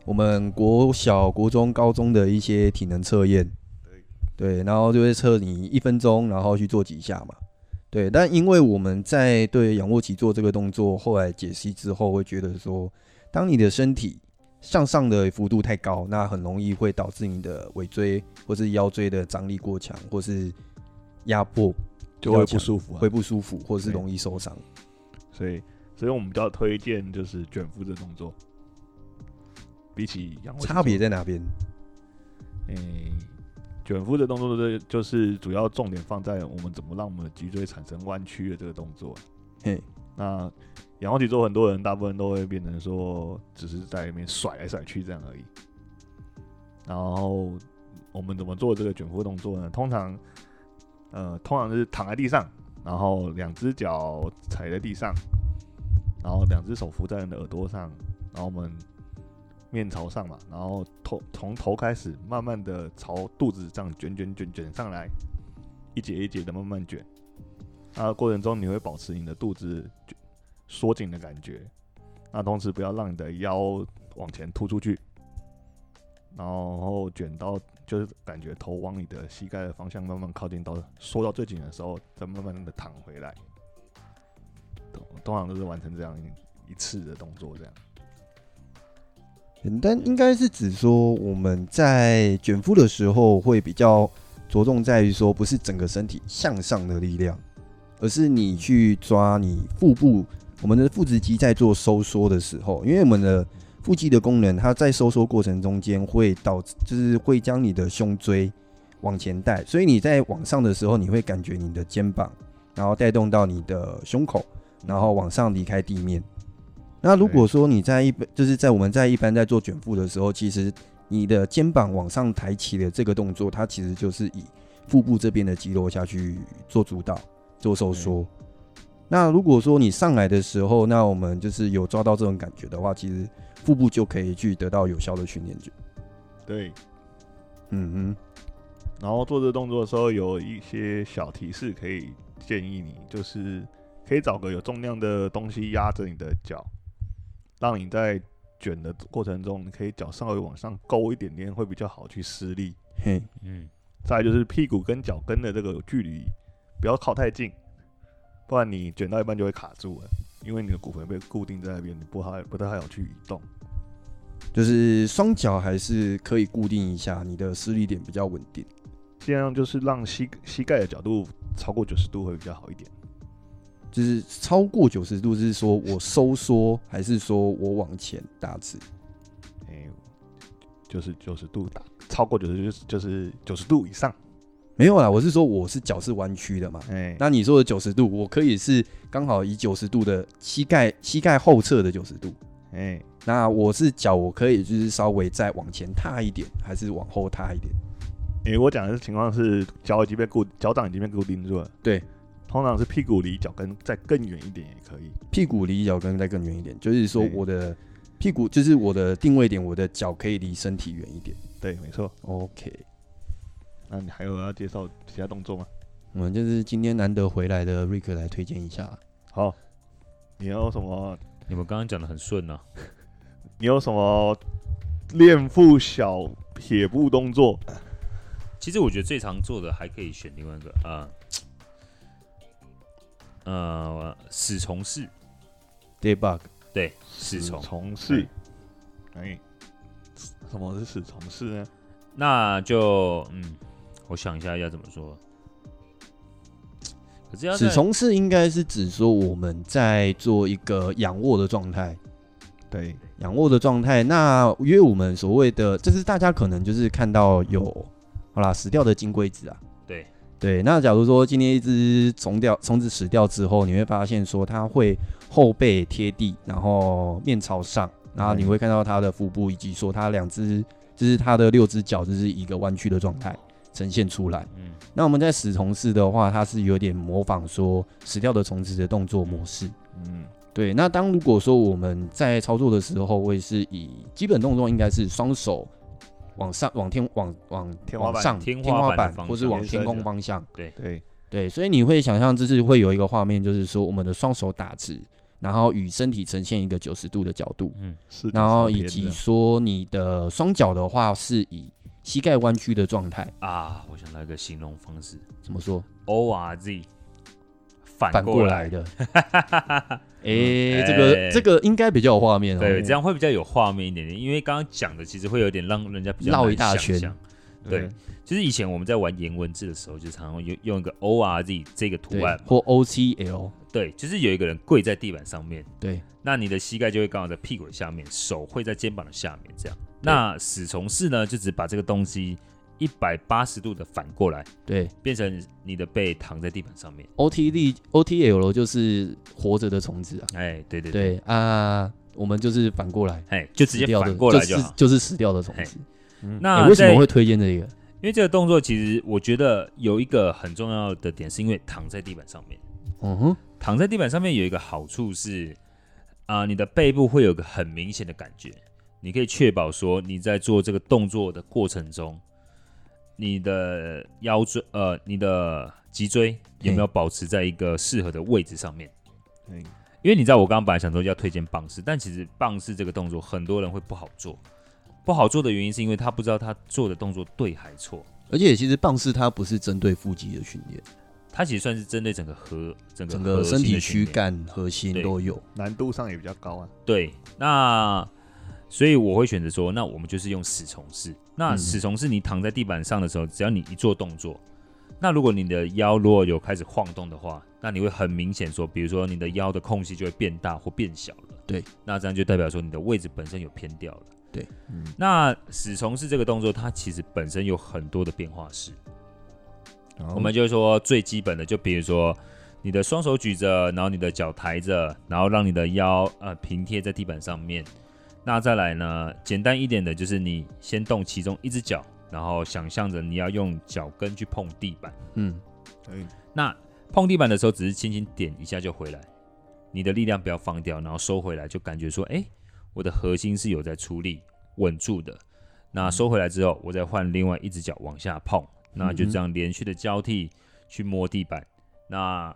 Speaker 1: 我们国小、国中、高中的一些体能测验，对，然后就会测你一分钟，然后去做几下嘛，对。但因为我们在对仰卧起坐这个动作后来解析之后，会觉得说，当你的身体向上的幅度太高，那很容易会导致你的尾椎或是腰椎的张力过强，或是压迫
Speaker 2: 就会
Speaker 1: 要
Speaker 2: 不
Speaker 1: 讲
Speaker 2: 舒服、啊，
Speaker 1: 会不舒服，或是
Speaker 2: 对
Speaker 1: 容易受伤。
Speaker 2: 所以，所以我们比较推荐就是卷腹的动作，比起仰卧起坐
Speaker 1: 差别，在哪边？
Speaker 2: 诶、卷腹的动作就是就是主要重点放在我们怎么让我们的脊椎产生弯曲的这个动作。
Speaker 1: 嘿，
Speaker 2: 那仰卧起坐，很多人大部分都会变成说，只是在那边甩来甩去这样而已。然后我们怎么做这个卷腹动作呢？通常，呃，通常是躺在地上，然后两只脚踩在地上，然后两只手扶在你的耳朵上，然后我们面朝上嘛，然后头从头开始慢慢呃的朝肚子这样卷卷卷卷上来，一节一节的慢慢卷。那过程中你会保持你的肚子卷缩紧的感觉，啊那同时不要让你的腰往前突出去，然后卷到就是感觉头往你的膝盖的方向慢慢靠近到缩到最紧的时候，再慢慢的躺回来。通通常都是完成这样一一次的动作，这样。
Speaker 1: 简单嗯应该是指说我们在卷腹的时候会比较着重在于说，不是整个身体向上的力量，而是你去抓你腹部，我们的腹直肌在做收缩的时候，因为我们的腹肌的功能，它在收缩过程中间会导致，就是会将你的胸椎往前带，所以你在往上的时候，你会感觉你的肩膀，然后带动到你的胸口，然后往上离开地面。那如果说你在一般，就是在我们在一般在做卷腹的时候，其实你的肩膀往上抬起的这个动作，它其实就是以腹部这边的肌肉下去做主导、做收缩。那如果说你上来的时候，那我们就是有抓到这种感觉的话，其实腹部就可以去得到有效的训练。
Speaker 2: 对，
Speaker 1: 嗯
Speaker 2: 然后做这个动作的时候，有一些小提示可以建议你，就是可以找个有重量的东西压着你的脚，让你在卷的过程中，你可以脚稍微往上勾一点点，会比较好去施力。
Speaker 1: 哼，嘿，
Speaker 3: 嗯，
Speaker 2: 再来就是屁股跟脚跟的这个距离不要靠太近，不然你卷到一半就会卡住了，因为你的骨盆被固定在那边，你不太不太好去移动。
Speaker 1: 就是双脚还是可以固定一下，你的施力点比较稳定。
Speaker 2: 尽量就是让膝膝盖的角度超过九十度会比较好一点。
Speaker 1: 就是超过九十度，是说我收缩，还是说我往前打直？
Speaker 2: 哎、就是九十度打，超过九十就是就是九十度以上。
Speaker 1: 没有啦，我是说我是脚是弯曲的嘛。
Speaker 2: 哎、
Speaker 1: 那你说的九十度，我可以是刚好以九十度的膝盖膝盖后侧的九十度。
Speaker 2: 哎、
Speaker 1: 那我是脚，我可以就是稍微再往前踏一点，还是往后踏一点？
Speaker 2: 因为我讲的情况是脚已经被固，脚掌已经被固定住了。
Speaker 1: 对，
Speaker 2: 通常是屁股离脚跟再更远一点也可以。
Speaker 1: 屁股离脚跟再更远一点，就是说
Speaker 2: 对
Speaker 1: 我的屁股就是我的定位点，我的脚可以离身体远一点。
Speaker 2: 对，没错。
Speaker 1: OK，
Speaker 2: 那你还有要介绍其他动作吗？
Speaker 1: 我们就是今天难得回来的瑞克来推荐一下。
Speaker 2: 好，你有什么？
Speaker 3: 你们刚刚讲的很顺啊，
Speaker 2: 你有什么练腹小撇步动作？
Speaker 3: 其实我觉得最常做的还可以选另外一个啊，呃，死虫式，
Speaker 1: Debug
Speaker 3: 对，死虫。
Speaker 2: 从事。哎，什么是死从事呢？
Speaker 3: 那就嗯，我想一下要怎么说。可是要
Speaker 2: 啊
Speaker 3: 在
Speaker 1: 死虫式应该是指说我们在做一个仰卧的状态，
Speaker 2: 对，
Speaker 1: 仰卧的状态。那因为我们所谓的，就是大家可能就是看到有，好啦，死掉的金龟子啊，
Speaker 3: 对
Speaker 1: 对。那假如说今天一只虫掉虫子死掉之后，你会发现说它会后背贴地，然后面朝上，然后你会看到它的腹部以及说它两只，就是它的六只脚，就是一个弯曲的状态呈现出来。
Speaker 3: 嗯，
Speaker 1: 那我们在死虫式的话，它是有点模仿说死掉的虫子的动作模式。
Speaker 2: 嗯，
Speaker 1: 对，那当如果说我们在操作的时候，会是以基本动作应该是双手往上、往天、往往
Speaker 2: 天花板
Speaker 1: 往上、
Speaker 3: 天花板
Speaker 1: 花
Speaker 3: 的
Speaker 1: 板，
Speaker 3: 方
Speaker 1: 或是
Speaker 3: 向
Speaker 1: 往
Speaker 2: 延
Speaker 1: 天
Speaker 2: 伸
Speaker 1: 空
Speaker 2: 的
Speaker 1: 方向。
Speaker 2: 对，
Speaker 1: 对，所以你会想象就是会有一个画面，就是说我们的双手打直，然后与身体呈现一个九十度的角度，
Speaker 2: 是
Speaker 1: 然后
Speaker 2: 朝
Speaker 1: 以
Speaker 2: 天
Speaker 1: 及
Speaker 2: 的
Speaker 1: 说你的双脚的话是以膝盖弯曲的状态。
Speaker 3: 啊，我想到一个形容方式
Speaker 1: 怎么说？
Speaker 3: ，O R Z，
Speaker 1: 反
Speaker 3: 反
Speaker 1: 过
Speaker 3: 过
Speaker 1: 来
Speaker 3: 来，
Speaker 1: 的。 诶，这个
Speaker 3: 哎这
Speaker 1: 这个应该比较有画面哦。
Speaker 3: 对，这样会比较有画面一点点，因为刚刚讲的其实会有点让人家比较
Speaker 1: 绕
Speaker 3: 难
Speaker 1: 一大
Speaker 3: 想
Speaker 1: 圈
Speaker 3: 象对，就是以前我们在玩颜文字的时候，就常常用用一个 O R Z 这个图
Speaker 1: 对
Speaker 3: 案，
Speaker 1: 或 O C L，
Speaker 3: 对，就是有一个人跪在地板上面，
Speaker 1: 对，
Speaker 3: 那你的膝盖就会刚好在屁股的下面，手会在肩膀的下面，这样。那死虫式呢，就只把这个东西一百八十度的反过来，
Speaker 1: 对
Speaker 3: 变成你的背躺在地板上面。
Speaker 1: O T D O T L 就是活着的虫子啊。
Speaker 3: 哎，对对，
Speaker 1: 对啊，我们就是反过来，
Speaker 3: 哎，就直
Speaker 1: 死
Speaker 3: 接
Speaker 1: 掉的
Speaker 3: 反过来
Speaker 1: 就
Speaker 3: 就是好。
Speaker 1: 就是死掉的虫子。
Speaker 3: 那
Speaker 1: 诶为什
Speaker 3: 在
Speaker 1: 么会推荐这个？
Speaker 3: 因为这个动作，其实我觉得有一个很重要的点，是因为躺在地板上面。
Speaker 1: 嗯哼，
Speaker 3: 躺在地板上面有一个好处是，啊、你的背部会有个很明显的感觉，你可以确保说你在做这个动作的过程中，你的腰椎呃，你的脊椎有没有保持在一个适合的位置上面？
Speaker 2: 对，
Speaker 3: 因为你知道，我刚刚本来想说要推荐棒式，但其实棒式这个动作很多人会不好做，不好做的原因是因为他不知道他做的动作对还错。
Speaker 1: 而且其实棒式它不是针对腹肌的训练，
Speaker 3: 它其实算是针对整个核整个
Speaker 1: 整
Speaker 3: 核
Speaker 1: 个
Speaker 3: 心
Speaker 1: 身体
Speaker 3: 的训
Speaker 1: 躯
Speaker 3: 练
Speaker 1: 干、核心
Speaker 3: 对
Speaker 1: 都有。
Speaker 2: 难度上也比较高啊。
Speaker 3: 对，那所以我会选择说，那我们就是用死虫式。那
Speaker 1: 嗯
Speaker 3: 死虫式，你躺在地板上的时候，只要你一做动作，那如果你的腰如果有开始晃动的话，那你会很明显说，比如说你的腰的空隙就会变大或变小了。
Speaker 1: 对，
Speaker 3: 那这样就代表说你的位置本身有偏掉了。
Speaker 1: 对，
Speaker 2: 嗯
Speaker 3: 那死虫式这个动作，它其实本身有很多的变化式。我
Speaker 2: 我
Speaker 3: 们就是说最基本的，就比如说你的双手举着，然后你的脚抬着，然后让你的腰呃平贴在地板上面。那再来呢，简单一点的就是你先动其中一只脚，然后想象着你要用脚跟去碰地板。
Speaker 1: 嗯，
Speaker 2: 哎
Speaker 3: 那碰地板的时候，只是轻轻点一下就回来，你的力量不要放掉，然后收回来，就感觉说，哎、我的核心是有在出力稳住的。那收回来之后，我再换另外一只脚往下碰，那就这样连续的交替去摸地板。那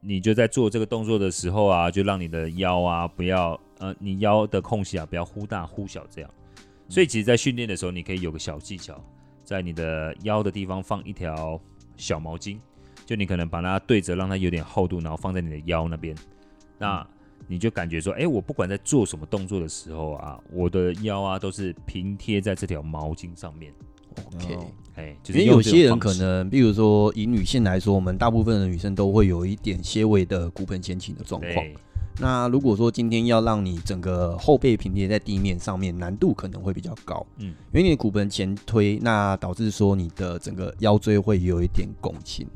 Speaker 3: 你就在做这个动作的时候啊，就让你的腰啊不要呃，你腰的空隙啊不要忽大忽小这样。所以其实，在训练的时候，你可以有个小技巧，在你的腰的地方放一条小毛巾，就你可能把它对折，让它有点厚度，然后放在你的腰那边，那你就感觉说，哎、我不管在做什么动作的时候啊，我的腰啊都是平贴在这条毛巾上面，
Speaker 1: OK
Speaker 2: 哦
Speaker 3: 哎、就
Speaker 1: 因
Speaker 3: 是
Speaker 1: 为有
Speaker 3: 用这种
Speaker 1: 些人
Speaker 3: 方
Speaker 1: 可
Speaker 3: 式
Speaker 1: 能，比如说以女性来说，我们大部分的女生都会有一点些微的骨盆前倾的状况。
Speaker 3: 对
Speaker 1: 那如果说今天要让你整个后背平贴在地面上面，难度可能会比较高。
Speaker 3: 嗯
Speaker 1: 嗯，因为你的骨盆前推，那导致说你的整个腰椎会有一点拱倾。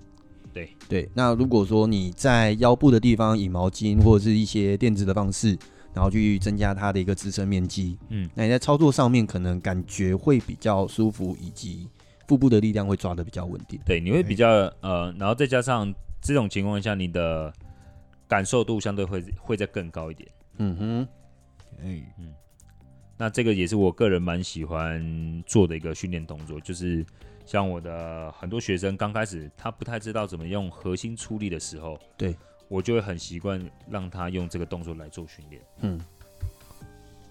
Speaker 3: 对
Speaker 1: 对，那如果说你在腰部的地方以毛巾或者是一些垫子的方式，然后去增加它的一个支撑面积，
Speaker 3: 嗯
Speaker 1: 嗯，那你在操作上面可能感觉会比较舒服，以及腹部的力量会抓得比较稳定。
Speaker 3: 对，你会比较呃，然后再加上这种情况下，你的感受度相对会会再更高一点。
Speaker 1: 嗯哼，
Speaker 2: 哎，
Speaker 3: 那这个也是我个人蛮喜欢做的一个训练动作，就是像我的很多学生刚开始他不太知道怎么用核心出力的时候，
Speaker 1: 对
Speaker 3: 我就会很习惯让他用这个动作来做训练，嗯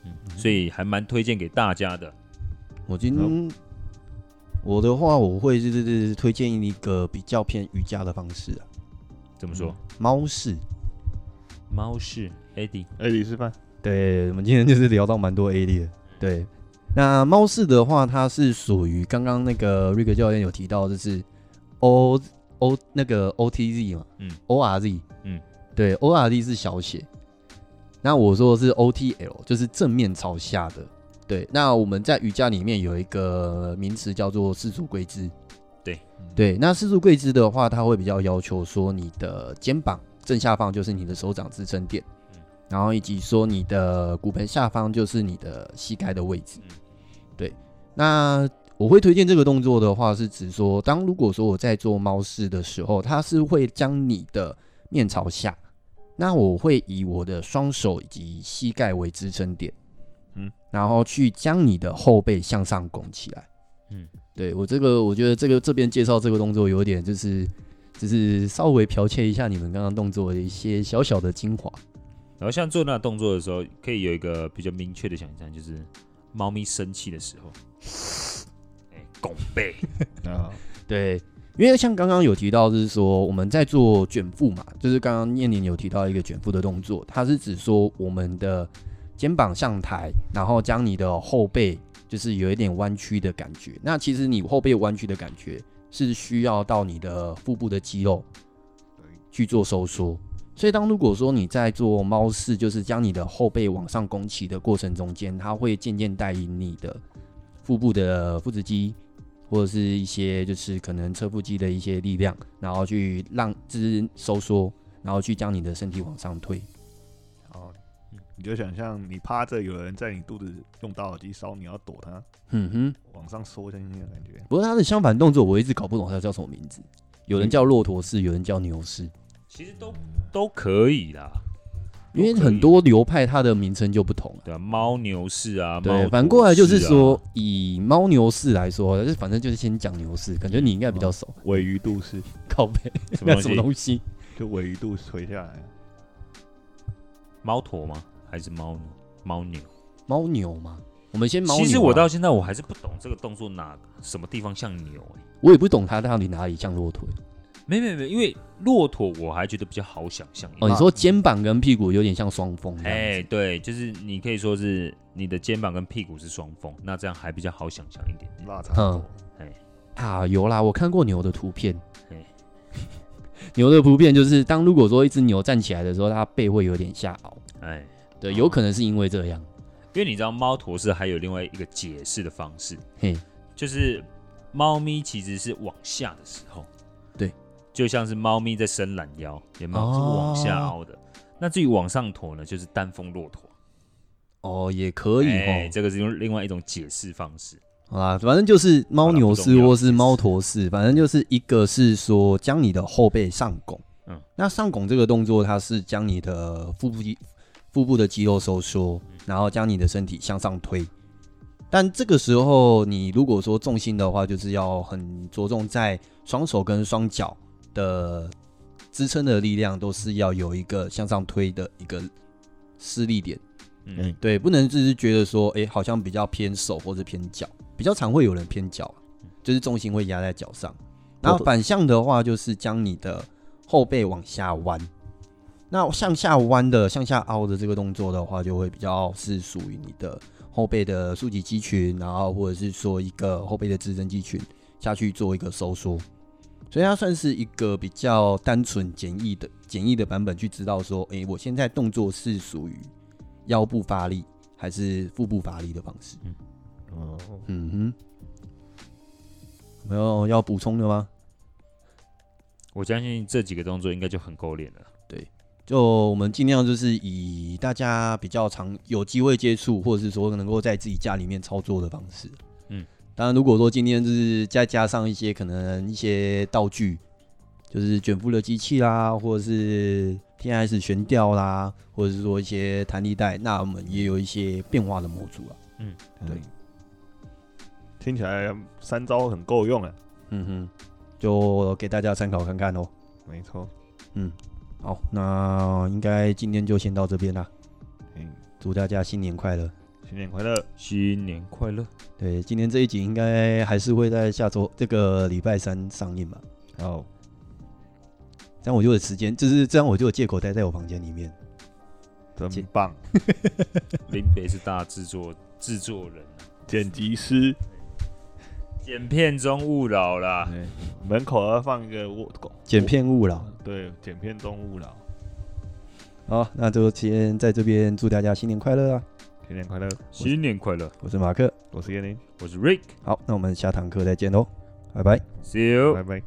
Speaker 1: 嗯，
Speaker 3: 所以还蛮推荐给大家的。
Speaker 1: 我今天我的话，我会就是就是推荐一个比较偏瑜伽的方式啊，
Speaker 3: 怎么说？
Speaker 1: 猫式。
Speaker 3: 猫式 Eddie，
Speaker 2: 哎，李示范，
Speaker 1: 对，我们今天就是聊到蛮多 A
Speaker 3: 嗯
Speaker 1: 的。对，那猫式的话，它是属于刚刚那个瑞克教练有提到，就是 O O 那个 O T Z 嘛，
Speaker 3: 嗯
Speaker 1: ，O R Z，
Speaker 3: 嗯，
Speaker 1: 对，O R Z 是小写。那我说的是 O T L，就是正面朝下的。对，那我们在瑜伽里面有一个名词叫做四足跪姿。
Speaker 2: 嗯，
Speaker 1: 对，那四柱跪姿的话，它会比较要求说你的肩膀正下方就是你的手掌支撑点，
Speaker 3: 嗯
Speaker 1: 然后以及说你的骨盆下方就是你的膝盖的位置
Speaker 3: 嗯。
Speaker 1: 对，那我会推荐这个动作的话，是指说，当如果说我在做猫式的时候，它是会将你的面朝下，那我会以我的双手以及膝盖为支撑点，
Speaker 2: 嗯，
Speaker 1: 然后去将你的后背向上拱起来。
Speaker 3: 嗯，
Speaker 1: 对我这个，我觉得这个这边介绍这个动作有点就是，就是稍微剽窃一下你们刚刚动作的一些小小的精华。
Speaker 3: 然后像做那动作的时候，可以有一个比较明确的想象，就是猫咪生气的时候，哎、拱背，
Speaker 2: 啊，
Speaker 1: 对，因为像刚刚有提到，就是说我们在做卷腹嘛，就是刚刚念宁有提到一个卷腹的动作，它是指说我们的肩膀上抬，然后将你的后背就是有一点弯曲的感觉。那其实你后背弯曲的感觉是需要到你的腹部的肌肉去做收缩。所以，当如果说你在做猫式，就是将你的后背往上拱起的过程中间，它会渐渐带引你的腹部的腹直肌，或者是一些就是可能侧腹肌的一些力量，然后去让就是收缩，然后去将你的身体往上推。
Speaker 2: 好，你就想象你趴着，有人在你肚子用打火机烧，你要躲他，
Speaker 1: 嗯哼，
Speaker 2: 往上缩进去的感觉。
Speaker 1: 不过它的相反动作我一直搞不懂它叫什么名字，有
Speaker 3: 嗯
Speaker 1: 人叫骆驼式，有人叫牛式，
Speaker 3: 其实都都可以啦，
Speaker 1: 因为
Speaker 3: 都可以
Speaker 1: 很多流派它的名称就不同啊。
Speaker 3: 对啊，猫牛式啊，猫
Speaker 1: 对，
Speaker 3: 驼
Speaker 1: 反过来就是
Speaker 3: 式啊
Speaker 1: 说，，以猫牛式来说，就是反正就是先讲牛式，感觉你应该比
Speaker 3: 嗯
Speaker 1: 较熟。
Speaker 2: 尾鱼肚是，
Speaker 1: 靠背，
Speaker 3: 什么
Speaker 1: 那
Speaker 3: 东
Speaker 1: 什么
Speaker 3: 西？
Speaker 1: 东西？
Speaker 2: 就尾鱼肚垂下来，
Speaker 3: 猫驼吗？还是猫猫牛？
Speaker 1: 猫牛吗？我们先猫牛啊、
Speaker 3: 其实我到现在我还是不懂这个动作哪什么地方像牛哎、
Speaker 1: 我也不懂它到底哪里像骆驼。
Speaker 3: 没没没，因为骆驼我还觉得比较好想象一点。
Speaker 1: 哦，你说肩膀跟屁股有点像双峰这样
Speaker 3: 哎、
Speaker 1: 子。
Speaker 3: 对，就是你可以说是你的肩膀跟屁股是双峰，那这样还比较好想象一点。
Speaker 2: 腊肠狗，
Speaker 1: 啊，有啦，我看过牛的图片
Speaker 3: 嘿。
Speaker 1: 牛的图片就是，当如果说一只牛站起来的时候，它背会有点下凹。
Speaker 3: 哎，
Speaker 1: 对，
Speaker 3: 哦
Speaker 1: 有可能是因为这样。
Speaker 3: 因为你知道猫驼式还有另外一个解释的方式，
Speaker 1: 嘿，
Speaker 3: 就是猫咪其实是往下的时候，
Speaker 1: 对，
Speaker 3: 就像是猫咪在伸懒腰，有没有？
Speaker 1: 哦
Speaker 3: 是往下凹的。那至于往上驼呢，就是单峰骆驼。
Speaker 1: 哦，也可以
Speaker 3: 哎
Speaker 1: 哦。
Speaker 3: 这个是用另外一种解释方式。
Speaker 1: 好啦，反正就是猫牛
Speaker 3: 好啦不
Speaker 1: 式
Speaker 3: 重要
Speaker 1: 或是猫驼式，反正就是一个是说将你的后背上拱，
Speaker 3: 嗯
Speaker 1: 嗯，那上拱这个动作，它是将你的腹部肌腹部的肌肉收缩，
Speaker 3: 嗯
Speaker 1: 然后将你的身体向上推。但这个时候，你如果说重心的话，就是要很着重在双手跟双脚的支撑的力量，都是要有一个向上推的一个施力点。
Speaker 3: 嗯，
Speaker 1: 对，不能只是觉得说，哎、好像比较偏手或者偏脚，比较常会有人偏脚，啊就是重心会压在脚上。然后反向的话，就是将你的后背往下弯。那向下弯的、向下凹的这个动作的话，就会比较是属于你的后背的竖脊肌群，然后或者是说一个后背的支撑肌群下去做一个收缩。所以它算是一个比较单纯、简易的、简易的版本，去知道说，哎、我现在动作是属于腰部发力还是腹部发力的方式。
Speaker 2: 哦，
Speaker 1: 嗯哼，没有要补充的吗？
Speaker 3: 我相信这几个动作应该就很够练了。
Speaker 1: 就我们尽量就是以大家比较常有机会接触，或者是说能够在自己家里面操作的方式。
Speaker 3: 嗯，
Speaker 1: 当然如果说今天就是再加上一些可能一些道具，就是卷腹的机器啦，或者是 T S 悬吊啦，或者是说一些弹力带，那我们也有一些变化的模组啊。
Speaker 3: 嗯，
Speaker 1: 嗯
Speaker 3: 对，
Speaker 2: 听起来三招很够用啊。
Speaker 1: 嗯哼，就给大家参考看看哦。
Speaker 2: 没错，
Speaker 1: 好，那应该今天就先到这边啦。
Speaker 2: 嗯，
Speaker 1: 祝大家新年快乐！
Speaker 2: 新年快乐，
Speaker 3: 新年快乐，
Speaker 1: 对，今天这一集应该还是会在下周这个礼拜三上映吧？
Speaker 2: 好，
Speaker 1: 这样我就有时间，就是这样我就有借口待在我房间里面。
Speaker 2: 真
Speaker 1: 见
Speaker 2: 棒，
Speaker 3: 林北是大制作制作人啊、
Speaker 2: 剪辑师
Speaker 3: 剪片中勿扰
Speaker 1: 哎
Speaker 3: 啦，
Speaker 2: 对门口要放一个我，
Speaker 1: 剪片勿扰。
Speaker 2: 对，剪片中勿扰，
Speaker 1: 好，那就先在这边祝大家新年快乐啊！
Speaker 2: 新年快乐，
Speaker 3: 新年快乐，
Speaker 1: 我是马克，
Speaker 2: 我是叶林，
Speaker 3: 我是 Rick，See
Speaker 1: 好，那我们下堂课再见喽，拜拜。
Speaker 3: you。
Speaker 2: 拜拜。